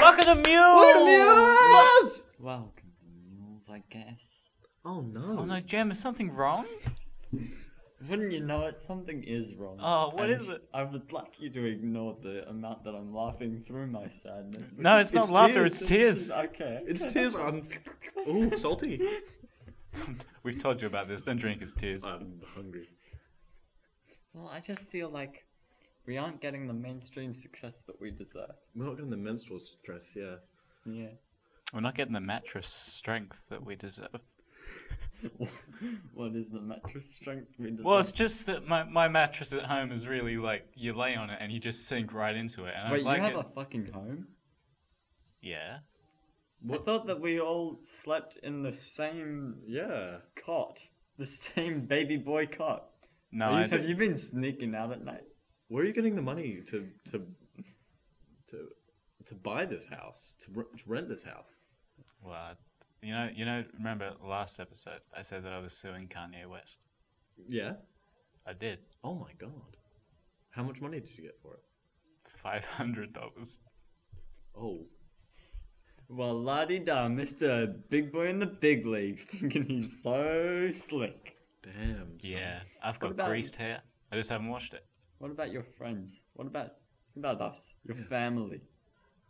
Welcome to Mules! Welcome to Mules, I guess. Oh no. Oh no, Jim, is something wrong? Wouldn't you know it? Something is wrong. Oh, what what is is it? I would like you to ignore the amount that I'm laughing through my sadness. No, it's not It's laughter, tears. it's tears. Okay. It's tears on. Ooh, salty. We've told you about this. Don't drink his tears. I'm hungry. Well, I just feel like we aren't getting the mainstream success that we deserve. We're not getting the menstrual stress, yeah. Yeah. We're not getting the mattress strength that we deserve. What is the mattress strength we deserve? Well, it's just that my, my mattress at home is really like you lay on it and you just sink right into it. And Wait, I like you it. have a fucking home? Yeah. I thought that we all slept in the same Yeah. cot, the same baby boy cot. No, Are you- I have you been sneaking out at night? Where are you getting the money to to to to buy this house? To, re- to rent this house? Well, I- you know, you know. Remember last episode, I said that I was suing Kanye West. Yeah. I did Oh my god. How much money did you get for it? five hundred dollars. Oh. Well, la di da, Mr. Big Boy in the Big Leagues, thinking he's so slick. Damn. son. Yeah, I've got about- greased hair. I just haven't washed it. What about your friends? What about what about us? Your family?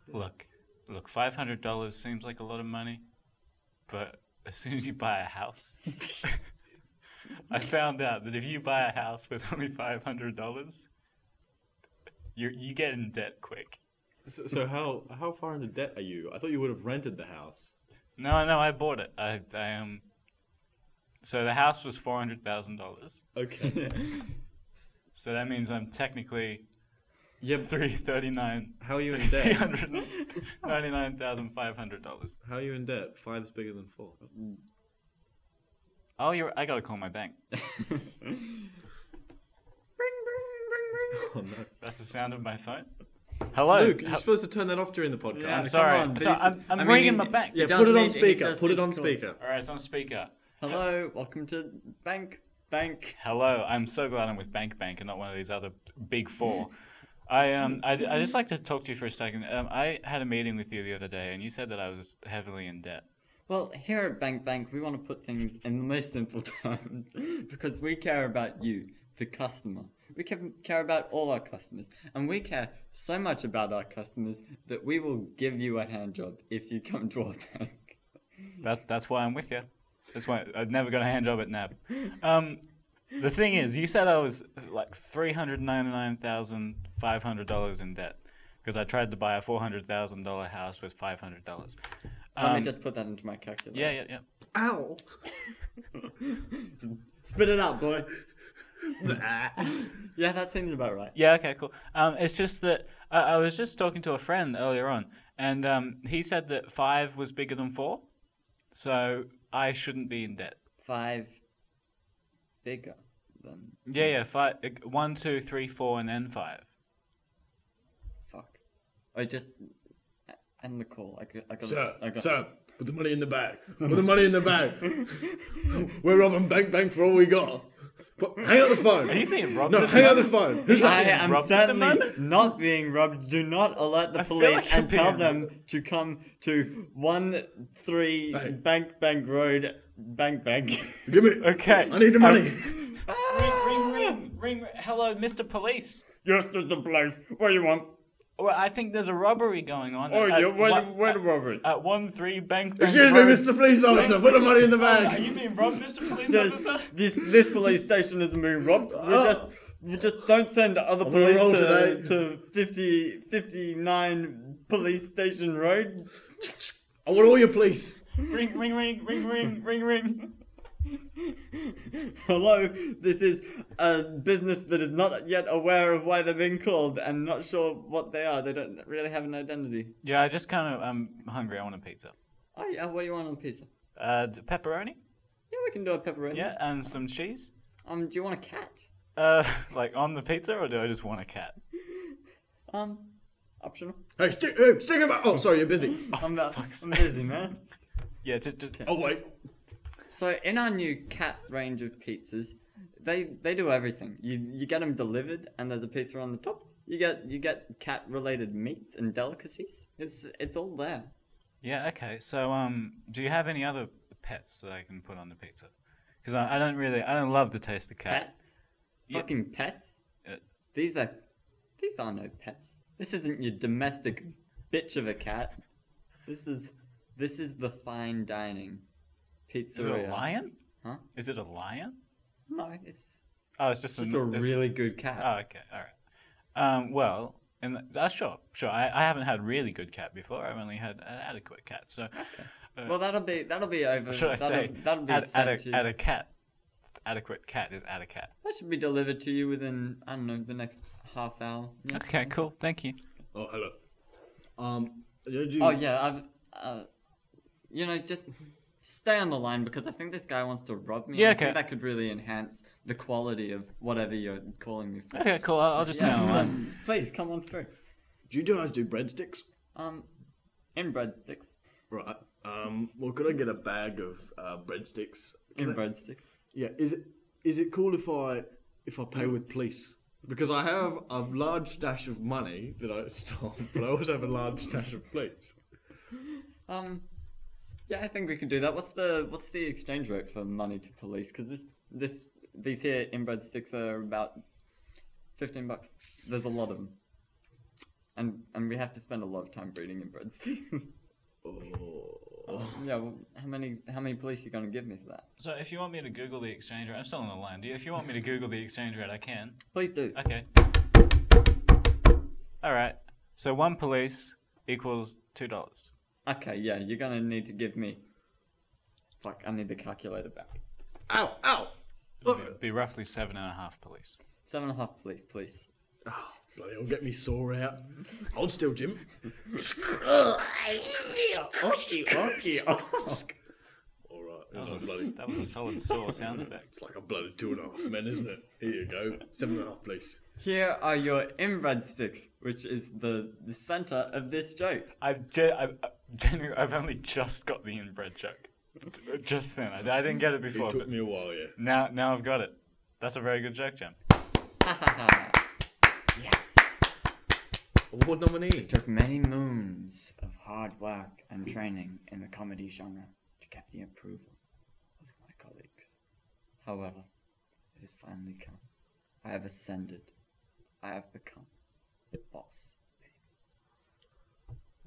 Look, look, five hundred dollars seems like a lot of money, but as soon as you buy a house, I found out that if you buy a house with only five hundred dollars, you you get in debt quick. So, so how how far into debt are you? I thought you would have rented the house. No, no, I bought it. I, I um. So the house was four hundred thousand dollars. Okay. So that means I'm technically yeah. but three thirty nine. How are you in Three debt? hundred ninety-nine thousand five hundred dollars. How are you in debt? Five's bigger than four. Oh, you're. I gotta call my bank. Oh no. That's the sound of my phone. Hello. Luke, Hel- you're supposed to turn that off during the podcast. Yeah, I'm sorry. come on, so please. I'm, I'm I mean, ringing my it- bank. Yeah, He put does it on need to- he speaker. does Put need it on to call it. speaker. All right, it's on speaker. Hello, welcome to Bank Bank. Hello. I'm so glad I'm with Bank Bank and not one of these other big four. I um I I just like to talk to you for a second. Um, I had a meeting with you the other day, and you said that I was heavily in debt. Well, here at Bank Bank, we want to put things in the most simple terms because we care about you, the customer. We ca- care about all our customers, and we care so much about our customers that we will give you a hand job if you come to our bank. That that's why I'm with you. That's why I never got a hand job at NAB. Um, the thing is, you said I was like three hundred ninety nine thousand five hundred dollars in debt because I tried to buy a four hundred thousand dollar house with five hundred dollars. Um, Let me Um, just put that into my calculator. Yeah, yeah, yeah. Ow. Spit it out, boy. yeah, that seems about right. Yeah, okay, cool. Um, it's just that I, I was just talking to a friend earlier on, and um, he said that five was bigger than four, so I shouldn't be in debt. Five bigger than Yeah, yeah, five, one, two, three, four, and then five. fuck. I just end the call. I got. I got. Sir, I got sir, put the money in the bag. Put the money in the bag. We're robbing bank bank for all we got. But hang up the phone. Are you being robbed? no, at the hang up the moment? phone. Who's I that? being am robbed at the certainly moment? not being robbed. Do not alert the I feel police like you're and tell being them to come to one three Hey. Bank Bank Road, Bank Bank. Give me. Okay. I need the money. Ring, ring, ring, ring, ring. Hello, Mr. Police. Yes, there's Um, the place. What do you want? Well, I think there's a robbery going on. Oh, at, yeah. Where, one- where the robbery? at one three bank. Bank Excuse me, Road. Mr. Police Officer. Put the money in the Are bag. you being robbed, Mr. Police this, Officer? this this police station isn't being robbed. We Oh. just we just don't send other gonna police roll to, today. to 50, 59 police station road. I want all your police. Ring, ring, ring, ring, ring, ring, ring. Hello, this is a business that is not yet aware of why they're being called and not sure what they are. They don't really have an identity. Yeah, I just kind of I'm hungry. I want a pizza. Oh yeah, what do you want on the pizza? Uh, d- pepperoni. Yeah, we can do a pepperoni. Yeah, and some cheese. Um, do you want a cat? Uh, like on the pizza, or do I just want a cat? Um, optional. Hey, stick, hey, stick him out. Oh, sorry, you're busy. I'm, not, fuck's I'm busy, man. Yeah, just, just Oh, wait. So in our new cat range of pizzas, they they do everything. You you get them delivered, and there's a pizza on the top. You get you get cat related meats and delicacies. It's it's all there. Yeah, okay. So, um, do you have any other pets that I can put on the pizza? Because I, I don't really, I don't love the taste of cat. Pets, Yeah. fucking pets. Uh, These are these are no pets. This isn't your domestic bitch of a cat. This is this is the fine dining pizza. Is it a lion? Huh? Is it a lion? No, it's Oh, it's just, just an, a it's- really good cat. Oh, okay, all right. Um, well, and th- that's sure, sure. I, I haven't had really good cat before. I've only had an adequate cat. So, Well, that'll be that'll be over. Uh, should I that'll, say, that'll be ad, sent ade- to you. adequate- adequate cat is adequate. that should be delivered to you within I don't know the next half hour. Yeah. Okay, cool. Thank you. Oh, hello. Um, did you, Oh yeah, I've uh, you know just stay on the line because I think this guy wants to rob me. Yeah, and I think okay. that could really enhance the quality of whatever you're calling me for. Okay, cool. I'll, I'll just Yeah, hang come on. on. please come on through. do you guys do breadsticks? Um, inbred sticks. Right. Um, well, could I get a bag of uh, breadsticks? Can I- Inbred sticks. Yeah. Is it is it cool if I if I pay with police? Because I have a large stash of money that I stole, but I also have a large stash of police. Um, yeah, I think we could do that. What's the what's the exchange rate for money to police? Because this this these here inbred sticks are about fifteen bucks. There's a lot of them, and and we have to spend a lot of time breeding inbred sticks. Oh. yeah, well, how many how many police you gonna give me for that? So, if you want me to Google the exchange rate, I'm still on the line. Do you, if you want me to Google the exchange rate, I can. Please do. Okay. All right. So one police equals two dollars. Okay, yeah, you're gonna need to give me. Fuck, I need the calculator back. Ow! Ow! It'd be roughly seven and a half police. Seven and a half police, please. Oh, bloody hell, get me sore out. Hold still, Jim. Alright, That it's, was, a, like s- that was a solid saw sound effect. it's like a bloody two and a half men, isn't it? Here you go. Seven and a half, please. Here are your inbred sticks, which is the the center of this joke. I've, ge- I've, i genuinely, I've only just got the inbred joke. Just then, I, I didn't get it It before, took but me a while, yeah. now now I've got it. That's a very good joke, Jim. Yes. Award nominee. took many moons of hard work and training in the comedy genre to get the approval of my colleagues. However, it has finally come. I have ascended. I have become the boss.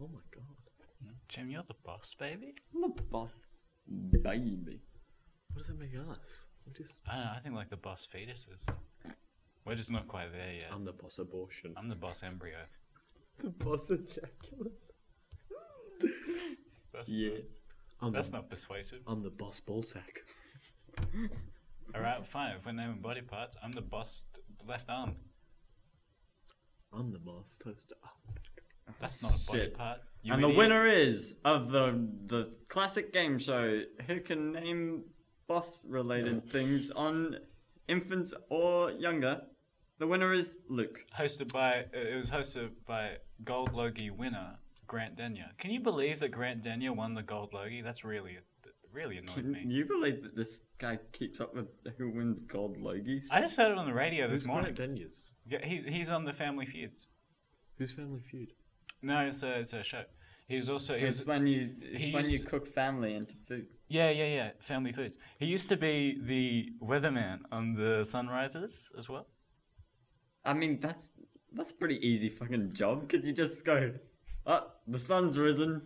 Oh my god. Jim, you're the boss, baby. I'm the boss, baby. What does that make us? We're just. I don't know. I think like the boss fetuses. We're just not quite there yet. I'm the boss abortion. I'm the boss embryo. the boss ejaculate. That's Yeah. Not, I'm that's the, not persuasive. I'm the boss ballsack. All right, fine. If we're naming body parts, I'm the boss left arm. I'm the boss toaster. Oh, That's not a body Shit. part. You And the idiot. winner is of the the classic game show who can name boss related things on infants or younger. The winner is Luke. Hosted by uh, it was hosted by Gold Logie winner Grant Denyer. Can you believe that Grant Denyer won the Gold Logie? That's really that really annoyed Can me. you believe that this guy keeps up with who wins gold logies? I just heard it on the radio this Who's morning. Grant Daniels? Yeah, he, he's on the Family Feuds. Who's Family Feud? No, it's a it's a show. He was also he was It's when you it's when you he's- cook family into food. yeah yeah yeah Family Feuds. He used to be the weatherman on the Sunrises as well. I mean that's that's a pretty easy fucking job because you just go, oh, the sun's risen,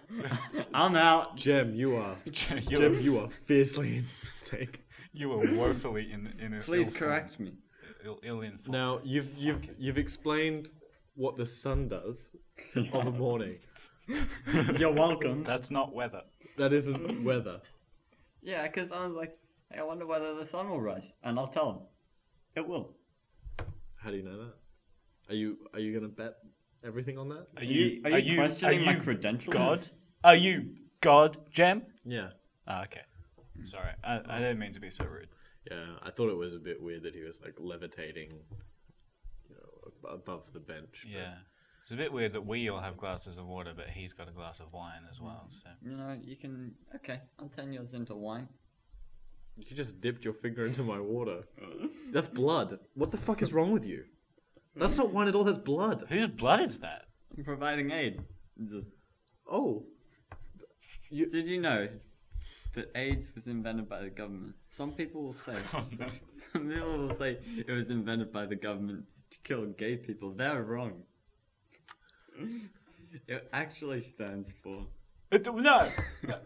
I'm out. Jem, you are. you, Jem, you are fiercely in mistake. you were woefully in in a Please correct me. Ill, ill informed. Now you've you've you've explained what the sun does on the morning. You're welcome. That's not weather. That isn't weather. Yeah, because I was like, hey, I wonder whether the sun will rise, and I'll tell him it will. How do you know that? Are you are you gonna bet everything on that? Are you, are you, are questioning you my credentials? God? Are you God, Jem? Yeah. Ah, okay. Sorry, I, I didn't mean to be so rude. Yeah. I thought it was a bit weird that he was like levitating, you know, ab- above the bench. but- Yeah. It's a bit weird that we all have glasses of water, but he's got a glass of wine as well. So You know, you can. Okay, I'll turn yours into wine. You just dipped your finger into my water. That's blood. What the fuck is wrong with you? That's not wine at all, that's blood. Whose blood is that? I'm providing aid. Z- Oh. Did you know that AIDS was invented by the government? Some people will say, Oh, no. some people will say it was invented by the government to kill gay people. They're wrong. It actually stands for It, no, no,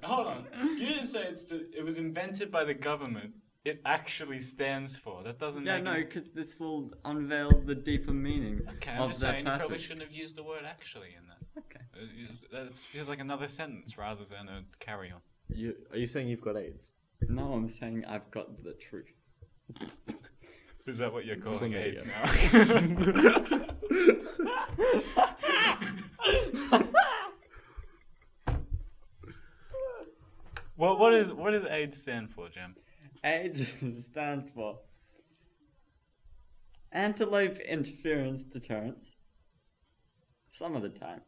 hold on. You didn't say it's the, it was invented by the government. It actually stands for. That doesn't Yeah, make no, it- because this will unveil the deeper meaning Okay, of I'm just their saying you purpose. probably shouldn't have used the word actually in that. Okay. It- it's- That feels like another sentence rather than a carry on. You, are you saying you've got AIDS? No, I'm saying I've got the truth. Is that what you're calling Chlamydia. AIDS now? what what is what does AIDS stand for, Jim? AIDS stands for antelope interference deterrence. Some of the time,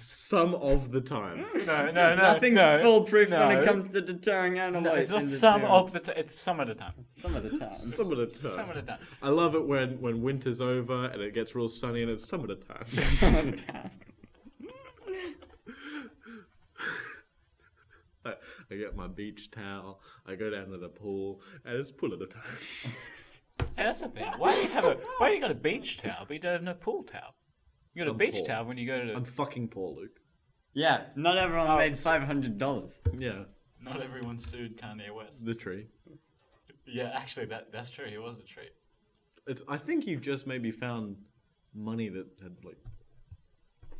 Some of the time. No, no, no. nothing's Uh, no, foolproof when no. it comes to deterring antelope. No, it's not interference. some of the. T- it's some of the time. some of the time. Some of the time. Some of the time. I love it when, when winter's over and it gets real sunny and it's summer time. some of the time. I, I get my beach towel, I go down to the pool, and it's pool at a time. Hey, that's the thing. Why do you have a? Why do you got a beach towel, but you don't have no pool towel? You got a I'm beach poor. towel when you go to. the- I'm fucking poor, Luke. Yeah, not everyone Oh, made so- five hundred dollars. Yeah, Not everyone sued Kanye West. the tree. Yeah, actually, that that's true. He was a treat. It's. I think you've just maybe found money that had like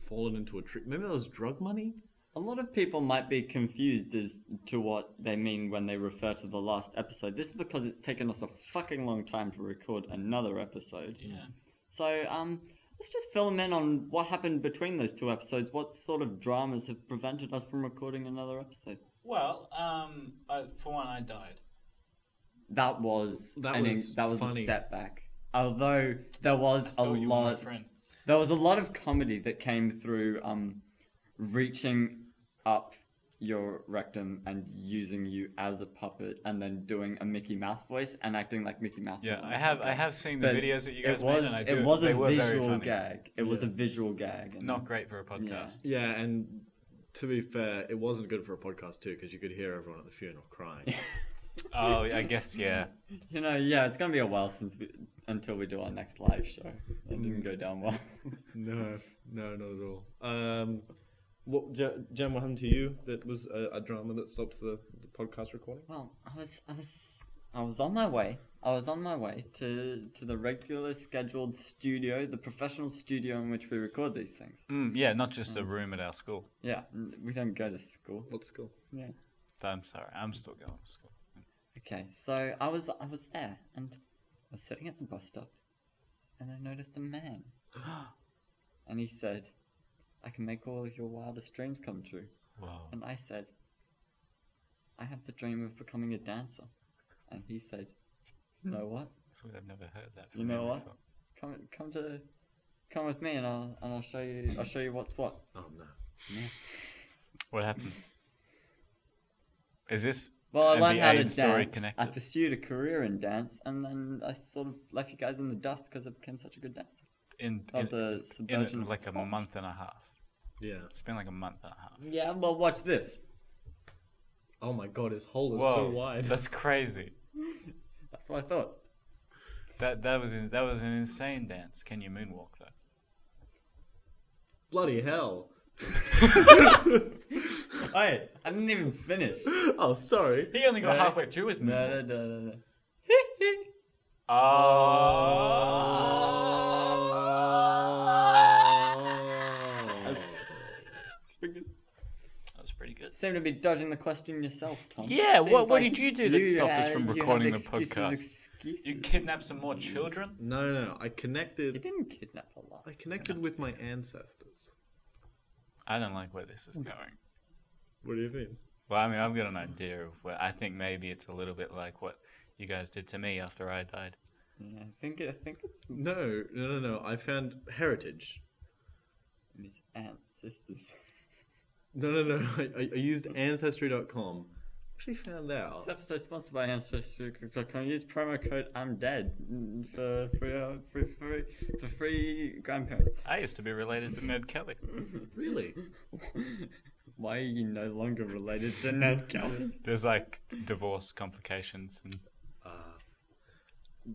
fallen into a tree. Maybe that was drug money. A lot of people might be confused as to what they mean when they refer to the last episode. This is because it's taken us a fucking long time to record another episode. Yeah. So, um, let's just fill them in on what happened between those two episodes. What sort of dramas have prevented us from recording another episode? Well, um, I, for one, I died. That was That an- was that was funny. a setback. Although there was I a thought you were my lot friend. there was a lot of comedy that came through um, reaching up your rectum and using you as a puppet and then doing a Mickey Mouse voice and acting like Mickey Mouse. or Yeah, something I have like I that. have seen the But videos that you guys it was, made, and I do. it was they a were very visual funny. gag. It was a visual gag. and- Not great for a podcast. Yeah, and to be fair, it wasn't good for a podcast too because you could hear everyone at the funeral crying. Oh, I guess yeah. Mm. You know, yeah, it's gonna be a while since we, until we do our next live show. It didn't go down well. no, no, not at all. Um, what, Je- Jen, what happened to you? That was a, a drama that stopped the, the podcast recording. Well, I was, I was, I was on my way. I was on my way to to the regular scheduled studio, the professional studio in which we record these things. Mm, yeah, not just a room at our school. Yeah, n- we don't go to school. What school? Yeah. I'm sorry, I'm still going to school. Okay, so I was, I was there, and I was sitting at the bus stop, and I noticed a man, and he said, "I can make all of your wildest dreams come true." Whoa. And I said, I have the dream of becoming a dancer. And he said, You know what? That's weird, I've never heard that. From You know him what? before. Come come to come with me and I'll and I'll show you I'll show you what's what. Oh no. What happened? Is this Well I and learned the how to AIDS story dance. I connected? pursued a career in dance and then I sort of left you guys in the dust because I became such a good dancer. in, That was in- a in subversion. of like a pop. month and a half. Yeah. It's been like a month and a half. Yeah, well watch this. Oh my god, his hole is Whoa, so wide. that's crazy. That's what I thought. That that was in, that was an insane dance. Can you moonwalk though? Bloody hell. Hey, I didn't even finish. no, Oh, sorry. He only got No. halfway through his moonwalk. no, no, no, no. Oh, that's pretty good. Seem to be dodging the question yourself, Tom. Yeah, Seems what- what like did you do that stopped us had- from you had recording the excuses, podcast? excuses. You kidnap some more children? No, no, no. I You connected. didn't kidnap a lot. I connected with my ancestors. I don't like where this is going. What do you mean? Well, I mean, I've got an idea of where I think maybe it's a little bit like what you guys did to me after I died. Yeah, I think I think it's No, no, no, no. I found heritage. his aunt sisters. No, no, no. I, I I used ancestry.com actually found out. This episode sponsored by ancestry.com. Use promo code I'm dead for free uh, for free for free grandparents. I used to be related to Ned Kelly. Really? Why are you no longer related to Ned Kelly? There's like divorce complications and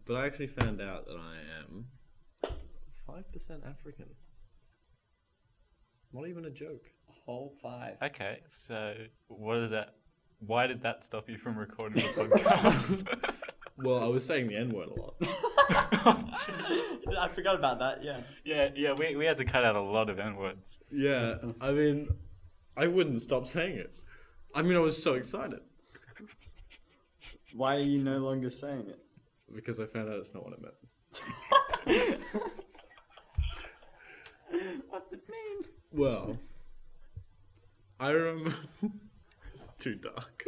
But I actually found out that I am 5% African. Not even a joke. Whole five. okay, so what is that? Why did that stop you from recording the podcast? Oh, Well, I was saying the N word a lot. I forgot about that. Yeah. yeah, yeah, we, we had to cut out a lot of N words. yeah, I mean, I wouldn't stop saying it. I mean, I was so excited Why are you no longer saying it? because I found out it's not what it meant. What's it mean? Well, I remember. it's too dark.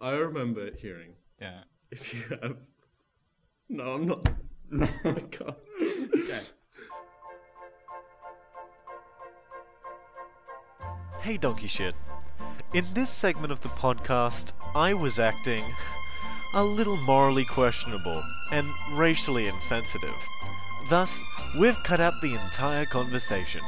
I remember hearing Yeah. if you have. No, I'm not. No, I can't. Okay. Hey Donkey Shit. In this segment of the podcast, I was acting a little morally questionable and racially insensitive. Thus, we've cut out the entire conversation.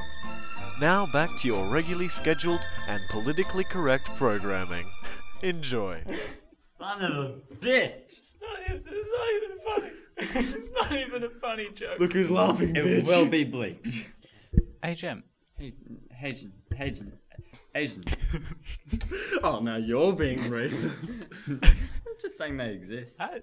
Now back to your regularly scheduled and politically correct programming. Enjoy. Son of a bitch. It's not, even, it's not even funny. it's not even a funny joke. Look who's laughing, bitch. It will be bleeped. HM. Hey, Hagen, Hagen, Asian. Oh, now you're being racist. I'm just saying they exist. I,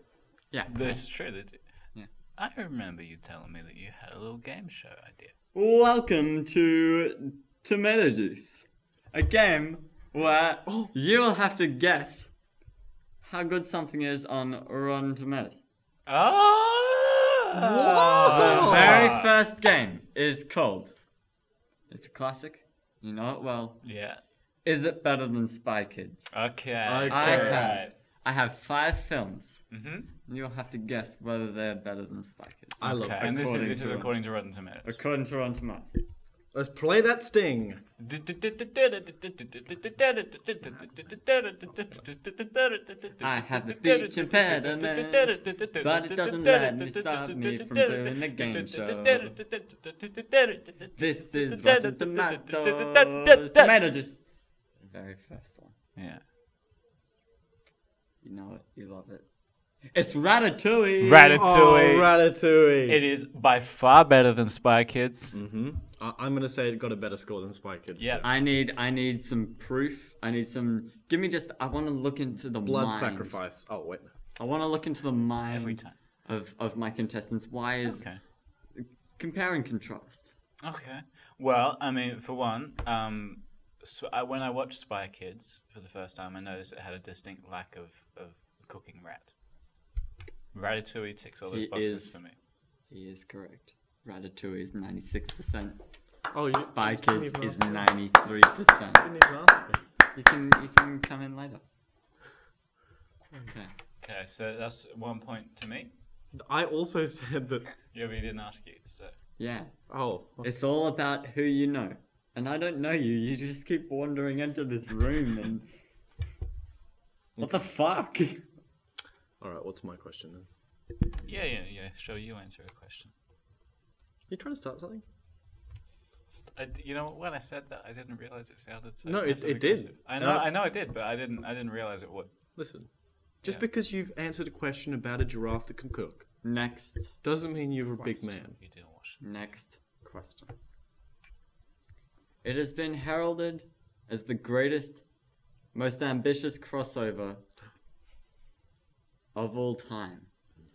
Yeah. that's true. That, Yeah. I remember you telling me that you had a little game show idea. Welcome to Tomato Juice, a game where you'll have to guess how good something is on Rotten Tomatoes. The Oh! very first game is called. It's a classic. You know it well. Yeah. Is it better than Spy Kids? Okay. I Okay. have. I have five films. Mhm. And You'll have to guess whether they're better than Spy Kids. I love Okay, and this is according this is to- according to Rotten Tomatoes. According to Rotten Tomatoes. Let's play that sting. I I have a speech impediment, but it doesn't let me stop me from doing a game show. This is Rotten Tomatoes. Tomato juice. Very first one. Yeah. You know it. You love it. It's Ratatouille. Ratatouille. Ratatouille. It is by far better than Spy Kids. Mm-hmm. I- I'm gonna say it got a better score than Spy Kids. Yeah. I need. I need some proof. I need some. Give me just. I want to look into the Blood mind. sacrifice. Oh wait. I want to look into the mind Every time. of of my contestants. Why is Okay. compare and contrast? Okay. Well, I mean, for one, um, so I, when I watched Spy Kids for the first time, I noticed it had a distinct lack of, of cooking rat. Ratatouille ticks all those He boxes is- for me. He is correct. Ratatouille is ninety six percent. Oh, you, Spy you didn't Kids even is ask- ninety three percent. you didn't even ask me. You can you can come in later. Okay. Okay, so that's one point to me. I also said that. Yeah, but he didn't ask you, so. Yeah. Oh, It's all about who you know. And I don't know you. You just keep wandering into this room and What the fuck? all right. What's my question then? Yeah, yeah, yeah. Sure, you answer a question. You trying to start something? I d you know, what, when I said that, I didn't realize it sounded so. No, it- passive it did. aggressive. I know, And I- I know, it did, but I didn't, I didn't realize it would. Listen, just Yeah. because you've answered a question about a giraffe that can cook Next doesn't mean you're a big man. You didn't watch. next question. It has been heralded as the greatest, most ambitious crossover of all time.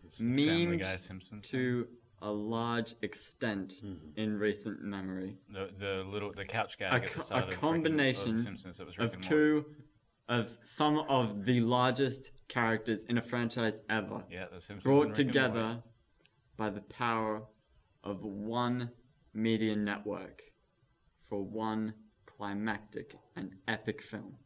It's the Family Memes Guy Simpsons. to a large extent in recent memory The, the little the couch a, gag at co- the start a of freaking- combination of the Simpsons that was Rick of and Morty. two of some of the largest characters in a franchise ever yeah, the Simpsons brought and Rick and Morty. together by the power of one media network for one climactic and epic film.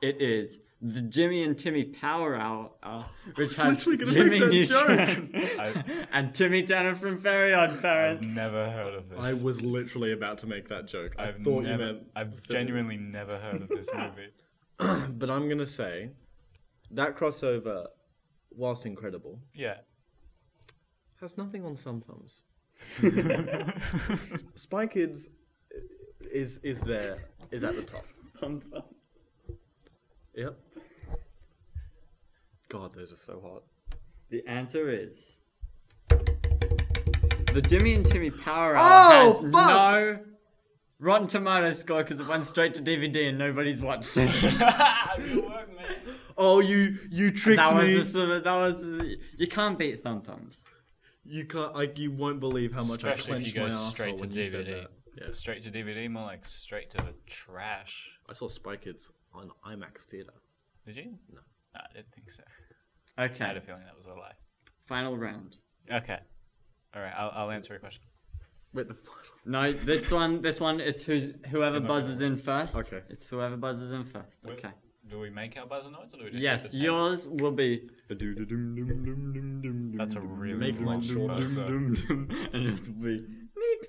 It is the Jimmy and Timmy Power Hour, uh, which has literally gonna Jimmy make that Neutron and Timmy Tanner from Fairy Odd Parents. Never heard of I this. was literally about to make that joke. I I've thought never, you meant. I've genuinely never heard of this movie. but I'm gonna say that crossover, whilst incredible, Yeah. has nothing on thumb thumbs. Spy Kids is is there is at the top. Thumb thumb. Yep. God, those are so hot. The answer is the Jimmy and Timmy Power Hour Oh, has fuck! no Rotten Tomatoes score because it went straight to DVD and nobody's watched it. Oh, you you tricked that me. was the, that was the, you can't beat Thumb Thumbs. You can't like you won't believe how much Especially I if clenched you my go asshole straight to when you said DVD. that. Yeah. Straight to DVD, more like straight to the trash. I saw Spy Kids on IMAX theater. Did you? No. I didn't think so. I had Okay, a feeling that was a lie. final round. Okay. All right, I'll, I'll answer a question. Wait, the final. No, this one, this one, it's who, whoever buzzes in first. Okay. It's whoever buzzes in first. Okay. Do we make our buzzer noise or do we just have Yes, to say- yours will be. That's a really Make long one short buzzer. and yours will be. Meep.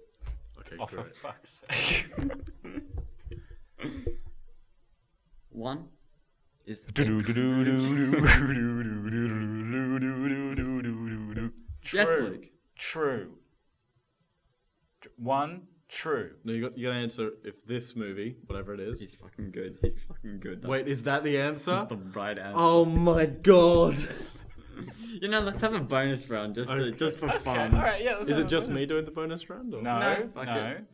Okay, Oh, for great. fuck's sake. One is. Yes, True. Luke. True. Tr- One true. No, you got you got to answer if this movie, whatever it is. He's fucking good. He's fucking good. That's Wait, is that the answer? the right answer. Oh my god! You know, let's have a bonus round just to, Okay. just for Okay, fun. all right, yeah. let's Is have it a just vote. me doing the bonus round? Or? No, No, no. fuck it.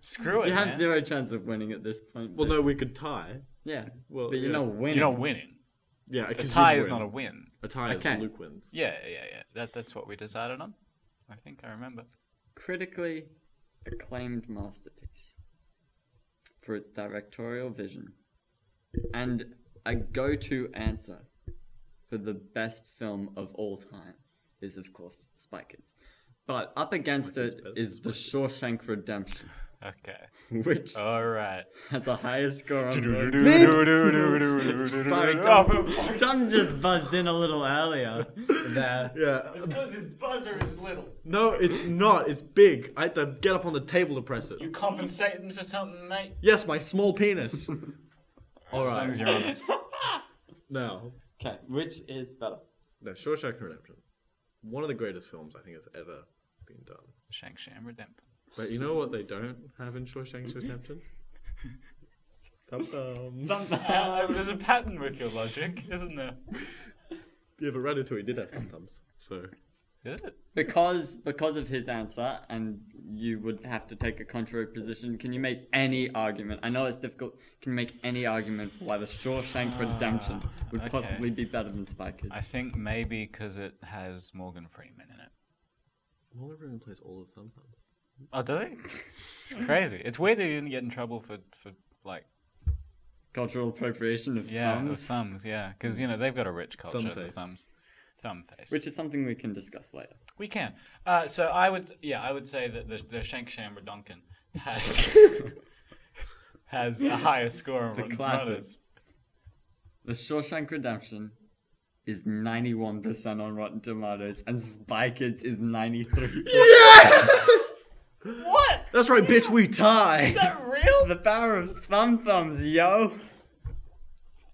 Screw it. You have man. zero chance of winning at this point. Well, but- no, we could tie. Yeah. well, but you're yeah. not winning. You're not winning. Yeah, A tie is not a win. a tie. Okay. is Luke wins. Yeah, yeah, yeah. That that's what we decided on. I think I remember. critically acclaimed masterpiece for its directorial vision and a go to answer for the best film of all time is, of course, Spy Kids. But up against Spy Kids it better than is The Shawshank Redemption, Okay. which All right. has a higher score on Rotten- Sorry, Sorry, Tom, Tom just buzzed in a little earlier there. Yeah. because his buzzer is little. No, it's not. It's big. I had to get up on the table to press it. You compensating for something, mate? Yes, my small penis. All As long right. as you're honest. Now, Okay, which is better? no, Shawshank Redemption. One of the greatest films I think has ever been done. Shank Sham Redemption. But you know what they don't have in Shawshank Redemption? Thumb thumbs. Uh, there's a pattern with your logic, isn't there? Yeah, but Ratatouille did have thumb thumbs. So Is it? Because because of his answer, and you would have to take a contrary position. Can you make any argument? I know it's difficult. Can you make any argument for why the Shawshank Redemption would Ah, okay. possibly be better than Spy Kids? I think maybe because it has Morgan Freeman in it. Morgan Freeman plays all the thumb thumbs. Oh, does it? It's crazy. It's weird that he didn't get in trouble for, for like, Cultural appropriation of yeah, the thumbs, thumbs, yeah. Because, you know, they've got a rich culture, the face. thumbs. Thumb face. which is something we can discuss later. We can. Uh, so I would, yeah, I would say that the, the Shank Sham Redonkin has has a higher score on Rotten classic. Tomatoes. The Shawshank Redemption is ninety-one percent on Rotten Tomatoes, and Spy Kids is ninety-three. What? That's right, bitch. We tie. Is that real? The power of thumb thumbs, yo.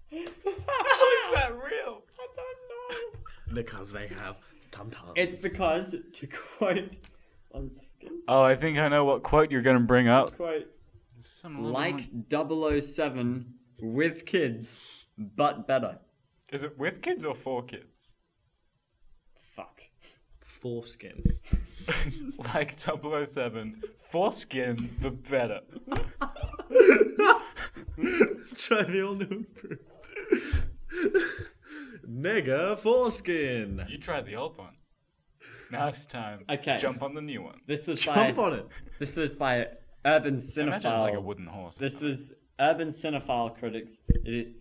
How is that real? Because they have thumb thumbs. It's because to quote. One second. Oh, I think I know what quote you're going to bring up. Quote. Some little like one- 007 with kids, but better. Is it with kids or for kids? Fuck. foreskin. Like 007, foreskin, but better. Try the old new improved. Mega foreskin. You tried the old one. Now it's time. Okay. Jump on the new one. This was Jump by on it. this was by Urban Imagine it's like a Cinephile. wooden horse. or this something. was Urban Cinephile critics. It,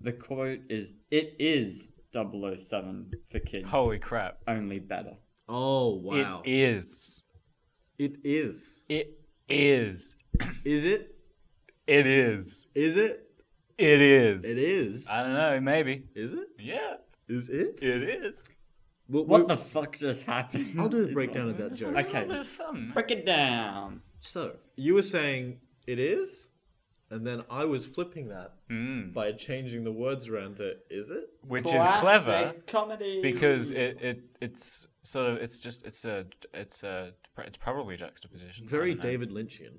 the quote is "It is 007 for kids, Holy crap. only better." Oh wow! It is. it is. It is. Is it? It is. Is it? It is. It is. I don't know. Maybe. Is it? Yeah. Is it? Uh, It is. Well, What the fuck just happened? I'll do a It's breakdown of all- that joke. Okay. Well, there's some. Break it down. So you were saying it is? and then I was flipping that by changing the words around to "is it?" which is Classic clever comedy because it, it it's sort of it's just it's a it's a it's probably juxtaposition. I Very don't know. David Lynchian.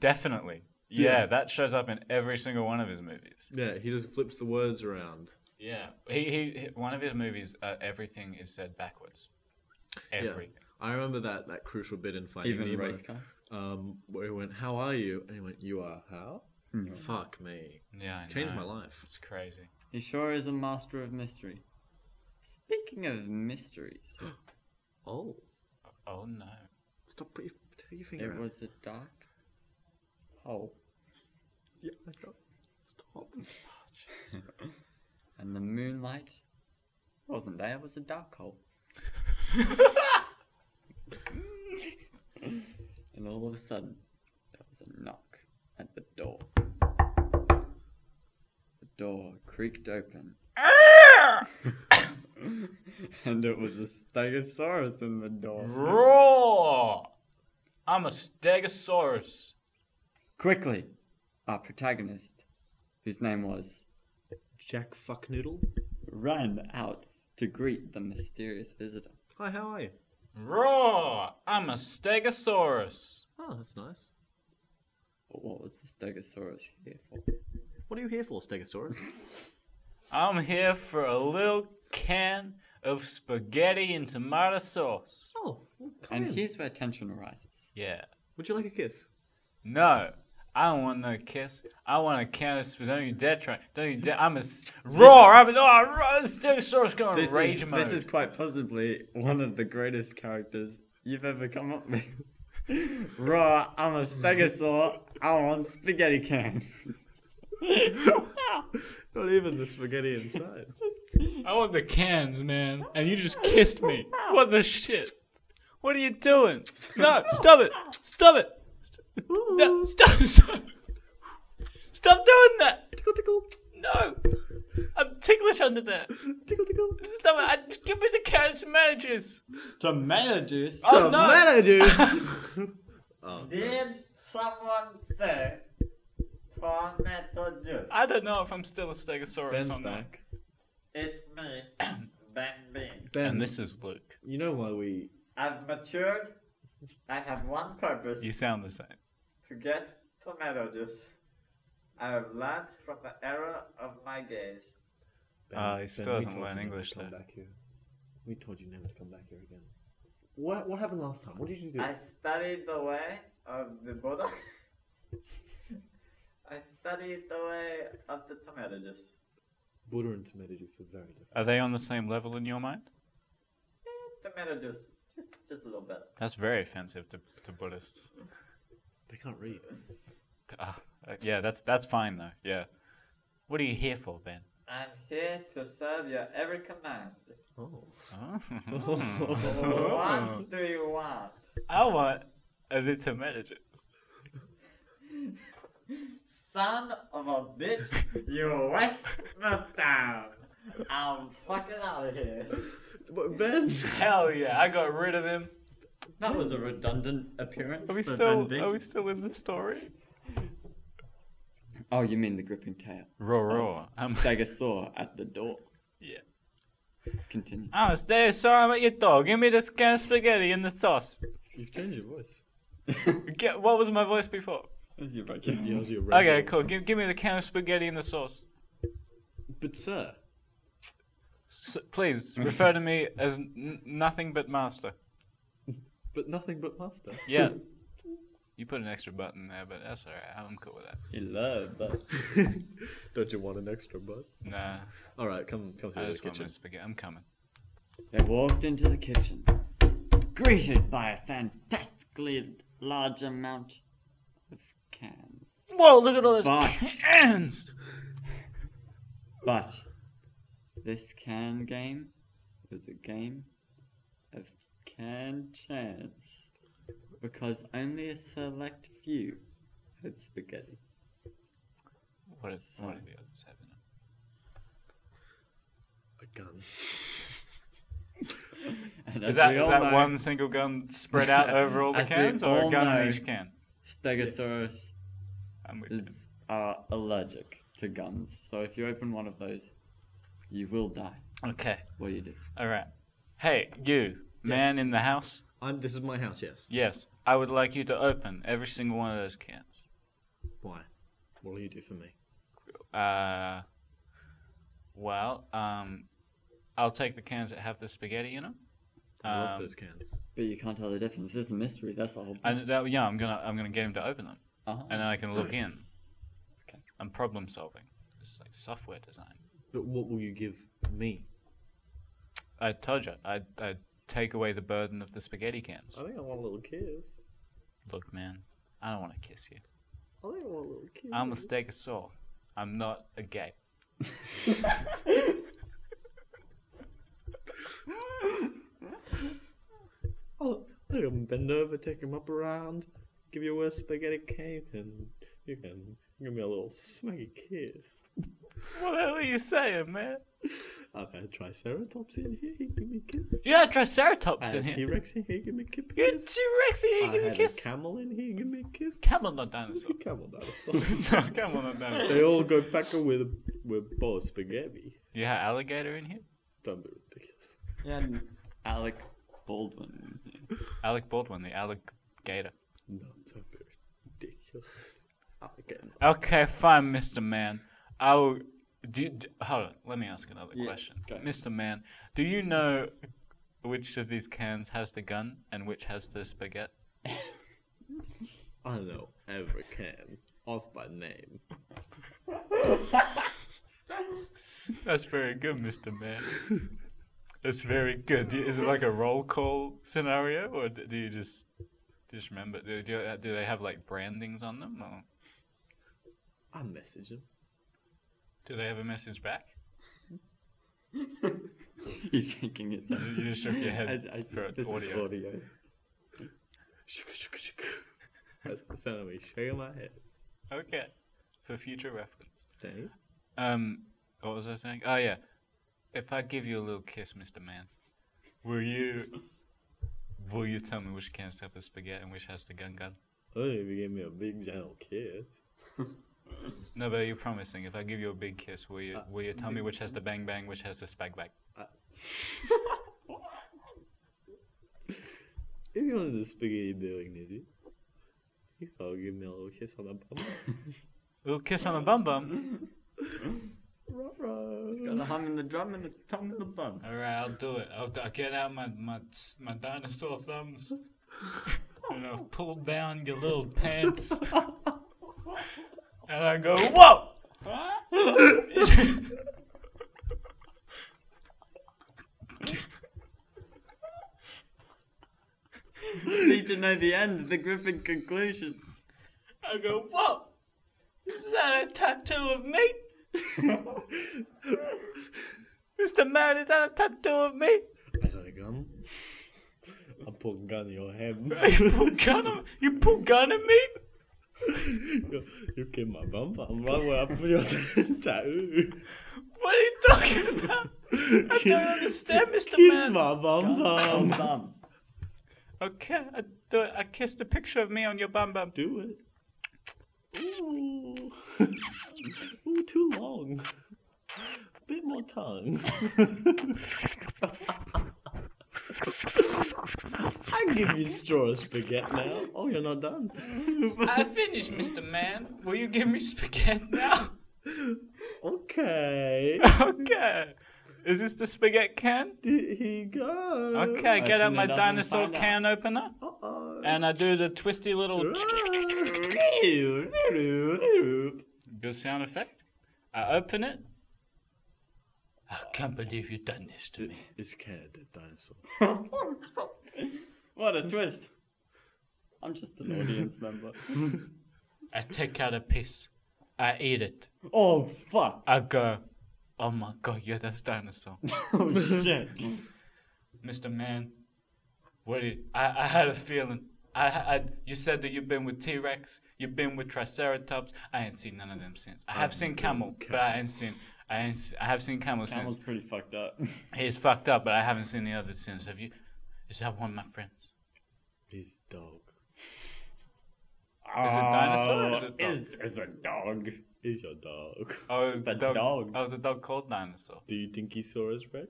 Definitely. Yeah, that shows up in every single one of his movies. Yeah, he just flips the words around. Yeah, he, he, he- one of his movies, uh, everything is said backwards. Yeah. Everything. I remember that that crucial bit in Finding even Nemo, race car. um, where he went, "How are you?" and he went, "You are how?" Fuck me, Yeah, I changed know. my life. It's crazy. He sure is a master of mystery. Speaking of mysteries, Oh, Oh no. stop! Put your, take your finger it out. was a dark hole, Yeah, I got- stop. and the moonlight wasn't there. It was a dark hole. and all of a sudden, there was a knock at the door. The door creaked open. and it was a stegosaurus in the door. Roar! I'm a stegosaurus. Quickly, our protagonist, whose name was, Jack Fuck Noodle. ran out to greet the mysterious visitor. Hi, how are you? Roar! I'm a stegosaurus. Oh, that's nice. But what was the Stegosaurus here for? What are you here for, Stegosaurus? I'm here for a little can of spaghetti and tomato sauce. oh, well, come And in. here's where tension arises. Yeah. Would you like a kiss? No, I don't want no kiss. I want a can of spaghetti. Don't you dare try. Don't you dare. I'm a s- roar. I'm a oh, roar. The stegosaurus going This rage is, mode. This is quite possibly one of the greatest characters you've ever come up with. Raw, I'm a stegosaur. I want spaghetti cans. Not even the spaghetti inside. I want the cans, man. And you just kissed me. What the shit? What are you doing? No, stop it. Stop it. No, stop. Stop, stop doing that. tickle, tickle, No. I'm ticklish under there. tickle, tickle. Stop it. I- give me the carrots and managers. Tomato juice. Oh, no. Tomato juice. Did someone say tomato juice? I don't know if I'm still a stegosaurus Ben's or not. back. It's me, Ben Bean. Ben, And this is Luke. you know why we? I've matured. I have one purpose You sound the same. to get tomato juice. I have learned from the error of my gaze. Ben, Ah, he still we hasn't told you learned never to English Come there. back here. We told you never to come back here again. What What happened last time? What did you do? I studied the way of the Buddha. I studied the way of the tomato juice. Butter and tomato juice are very different. Are they on the same level in your mind? Eh, Tomato juice, just just a little bit. That's very offensive to, to Buddhists. They can't read. Ah, uh, yeah, that's that's fine though. Yeah. What are you here for, Ben? I'm here to serve your every command. Oh. Oh. What do you want? I want a bit to manage it. Son of a bitch, you waste my time. I'm fucking out of here. But Ben, Hell yeah! I got rid of him. That was a redundant appearance. Are we for still? Ben Bean. Are we still in the story? Oh, you mean the gripping tail? Oh. Roar roar. I'm Stegosaur at the door. yeah. Continue. I'm a stay. Sorry, I'm at your door. Give me this can of spaghetti and the sauce. you've changed your voice. Get, what was my voice before? Who's your break? Yeah, you're Okay, cool. Give, give me the can of spaghetti and the sauce. But sir, S please refer to me as n- nothing but master. but nothing but master. Yeah. you put an extra button there, but that's alright. I'm cool with that. You love, but Don't you want an extra bud? Nah, All right, come come I to the just want my kitchen. spaghetti. I'm coming. they walked into the kitchen, greeted by a fantastically large amount of cans. Whoa! Look at all those Fuck. cans. But this can game was a game of can chance because only a select few had spaghetti. What if what if the others have in it? A gun. Is And as that we is all that know, one single gun spread out over all the As we cans, or a all gun in know. each can? Stegosaurus I'm with you. is are allergic to guns. So if you open one of those, you will die. Okay. What do you do? All right. Hey, you, man in the house. I'm, this is my house, yes. Yes, I would like you to open every single one of those cans. Why? What'll you do for me? Uh, well, um, I'll take the cans that have the spaghetti in them. I love Um, those cans. But you can't tell the difference. This is a mystery. That's the whole point. Mm-hmm. And that, yeah, I'm gonna I'm gonna get him to open them, Uh-huh. and then I can look in. Okay. I'm problem solving. It's like software design. But what will you give me? I told you, I I take away the burden of the spaghetti cans. I think I want a little kiss. Look, man, I don't want to kiss you. I think I want a little kiss. I'm a steak of soul. I'm not a gay. Oh, I can bend over, take him up around, give you a spaghetti cake, and you can give me a little smacky kiss. What the hell are you saying, man? I've had triceratops in here, he give me a kiss. You had Triceratops I in had here. T-Rex in here, give me a ki- You kiss. T-Rex in here. I Give me a had kiss. camel in here, give me a kiss. Camel, not dinosaur. Camel dinosaur. no, camel, not dinosaur. they all go back with a, with a bowl of spaghetti. You had alligator in here. Don't be ridiculous. Yeah, and Alec Baldwin. Alec Baldwin, the alligator. No, don't be ridiculous. Again, Okay, fine, Mr. Man. I'll. Do, do, hold on, let me ask another Yes, question. go. Mr. Man, do you know which of these cans has the gun and which has the spaghetti? I know every can, off by name. That's very good, Mr. Man. That's very good. Do, is it like a roll call scenario or do, do you just just remember? Do, uh, do, do they have like brandings on them or I message him. do they have a message back? He's shaking his head. You just shook your head I- I- for this is audio. Audio. Shaka, shaka, shaka. That's the sound of me shaking my head. Okay, for future reference. Danny? Um, what was I saying? Oh yeah, if I give you a little kiss, Mister Man, will you? Will you tell me which cans have the spaghetti and which has the gun gun? I don't even give me a big gentle kiss. No, but you're promising. If I give you a big kiss, will you? Will you tell me which has the bang bang, which has the spag bag? If you wanted the spaghetti doing, Nizzy, you could give me a little kiss on the bum. Little kiss on the bum bum. Ruh-roh. Got the hum and the drum and the tongue and the bun. All right, I'll do it. I'll, I'll get out my my my dinosaur thumbs, and I'll pull down your little pants, and I go, whoa! Need to know the end, the gripping conclusion. I go, whoa! Is that a tattoo of me? Mr. Man, is that a tattoo of me? I got a gun. I'm putting a gun in your head. You put gun on, you put gun on me? you you kiss my bum bum right where I put your tattoo. What are you talking about? I don't understand, Mr. Kiss Man. my bum bum. Bum. Okay, I, do- I kissed a picture of me on your bum bum. Do it. Ooh. Ooh, too long. Bit more tongue. I can give you straw spaghetti now. Oh, you're not done. I finished, Mr. Man. Will you give me spaghetti now? Okay. okay. Is this the spaghetti can? Here he goes. Okay, I get out Open my it up and dinosaur find out. Oh. can opener. Uh-oh. And I do the twisty little good sound effect. I open it. I can't believe you've done this to me. It's Canada, the dinosaur. What a twist. I'm just an audience member. I take out a piece. I eat it. Oh, fuck. I go, oh my god, yeah, that's dinosaur. Oh, shit. Mr. Man, what did, I, I had a feeling. I, I, you said that you've been with T Rex, you've been with Triceratops. I ain't seen none of them since. I have seen camel, but I ain't seen. I, ain't, s- I have seen camel That was since. pretty fucked up. He's fucked up, but I haven't seen the others since. Have you? Is that one of my friends? His dog. Is it dinosaur or is Oh, it dog? Is is a dog. Is your dog? Oh, is just the a dog, dog. Oh, is the dog called dinosaur? Do you think he saw us, Rex?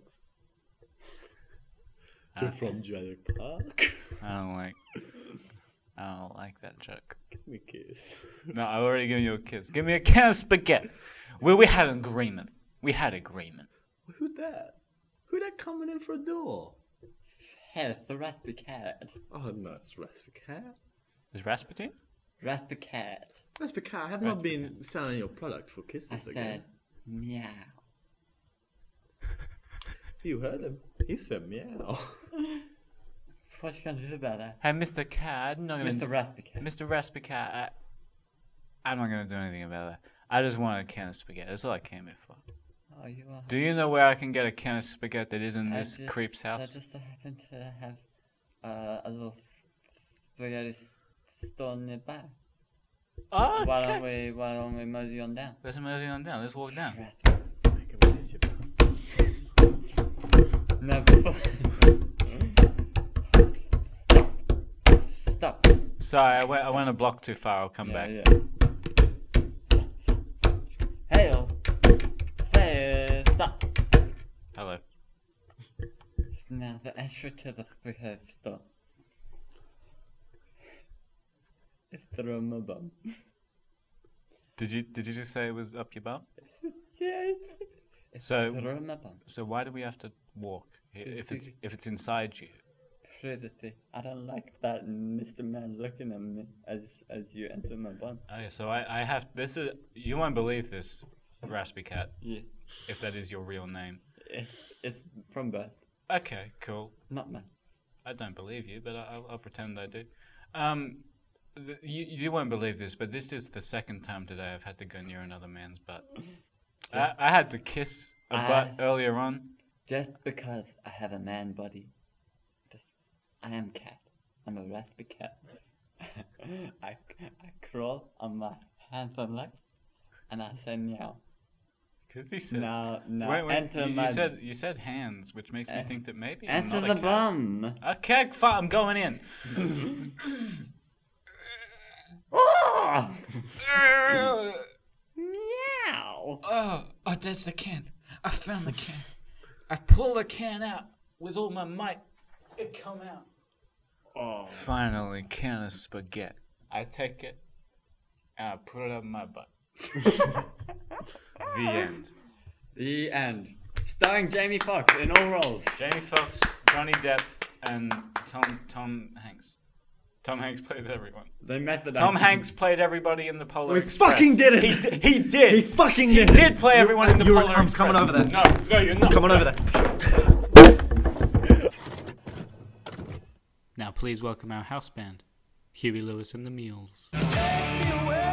You're from Jurassic Park. I don't like. I don't like that joke. Give me a kiss. No, I've already given you a kiss. Give me a can of spaghetti. We we had an agreement. We had agreement. Who that? Who that coming in for a door? Hair, the Rathbecat. Oh, no, it's Raspberry Cat. Is Rasputin? Rathbecat. Raspberry Cat, I have Raspberry not been selling your product for kisses I again. said, meow. You heard him. He said meow. What you gonna do about that? Hey, Mr. Cat, I'm not gonna. Mr. Rathbecat. Mr. Raspy Cat, I, I'm not gonna do anything about that. I just want a can of spaghetti. That's all I came here for. Oh, you are. Do you know where I can get a can of spaghetti that isn't I this just- creep's house? I just so happen to have uh, a little spaghetti s- store nearby. oh, Why okay. don't we? Why don't we mosey on down? Let's mosey on down. Let's walk down. Rathbecat. Make him kiss you, pal. No, before- Stop. Sorry, I went, I went a block too far. I'll come back. Hail. Say oh. stop. Hello. Now the entry to the spaghetti store. Through my bum. Did you did you just say it was up your bum? Yeah. So Through my bum. so why do we have to walk i- if it's if it's inside you? Privacy. I don't like that Mr. Man looking at me as as you enter my bum. Okay, so I, I have this is you won't believe this, Raspy Cat, Yeah. if that is your real name. It's, it's from birth, Okay, cool. not man. I don't believe you, but I- I'll, I'll pretend I do. Um, th- you, you won't believe this, but this is the second time today I've had to go near another man's butt. I, I had to kiss a Ah. butt earlier on. Just because I have a man body, just I am cat. I'm a raspy cat. I, I crawl on my hands and legs, and I say meow. Because he said, Now, now wait, wait, enter you, my you said you said hands, which makes me Eh. think that maybe I'm enter not the a cat. bum. Okay, fine, I'm going in. Oh! meow. Oh, oh, there's the can. I found the can. I pull the can out with all my might. It come out. Oh. Finally, can of spaghetti. I take it and I put it up my butt. the end. The end. Starring Jamie Foxx in all roles. Jamie Foxx, Johnny Depp, and Tom Tom Hanks. Tom Hanks played everyone. They method. Tom acted. Hanks played everybody in the Polar We Express. fucking did it. He, d- he did. He fucking He did it. did play everyone in the you're- Polar I'm Express. coming over there. No, no, you're not. Come on over there. Now please welcome our house band, Huey Lewis and the Mules. Take me away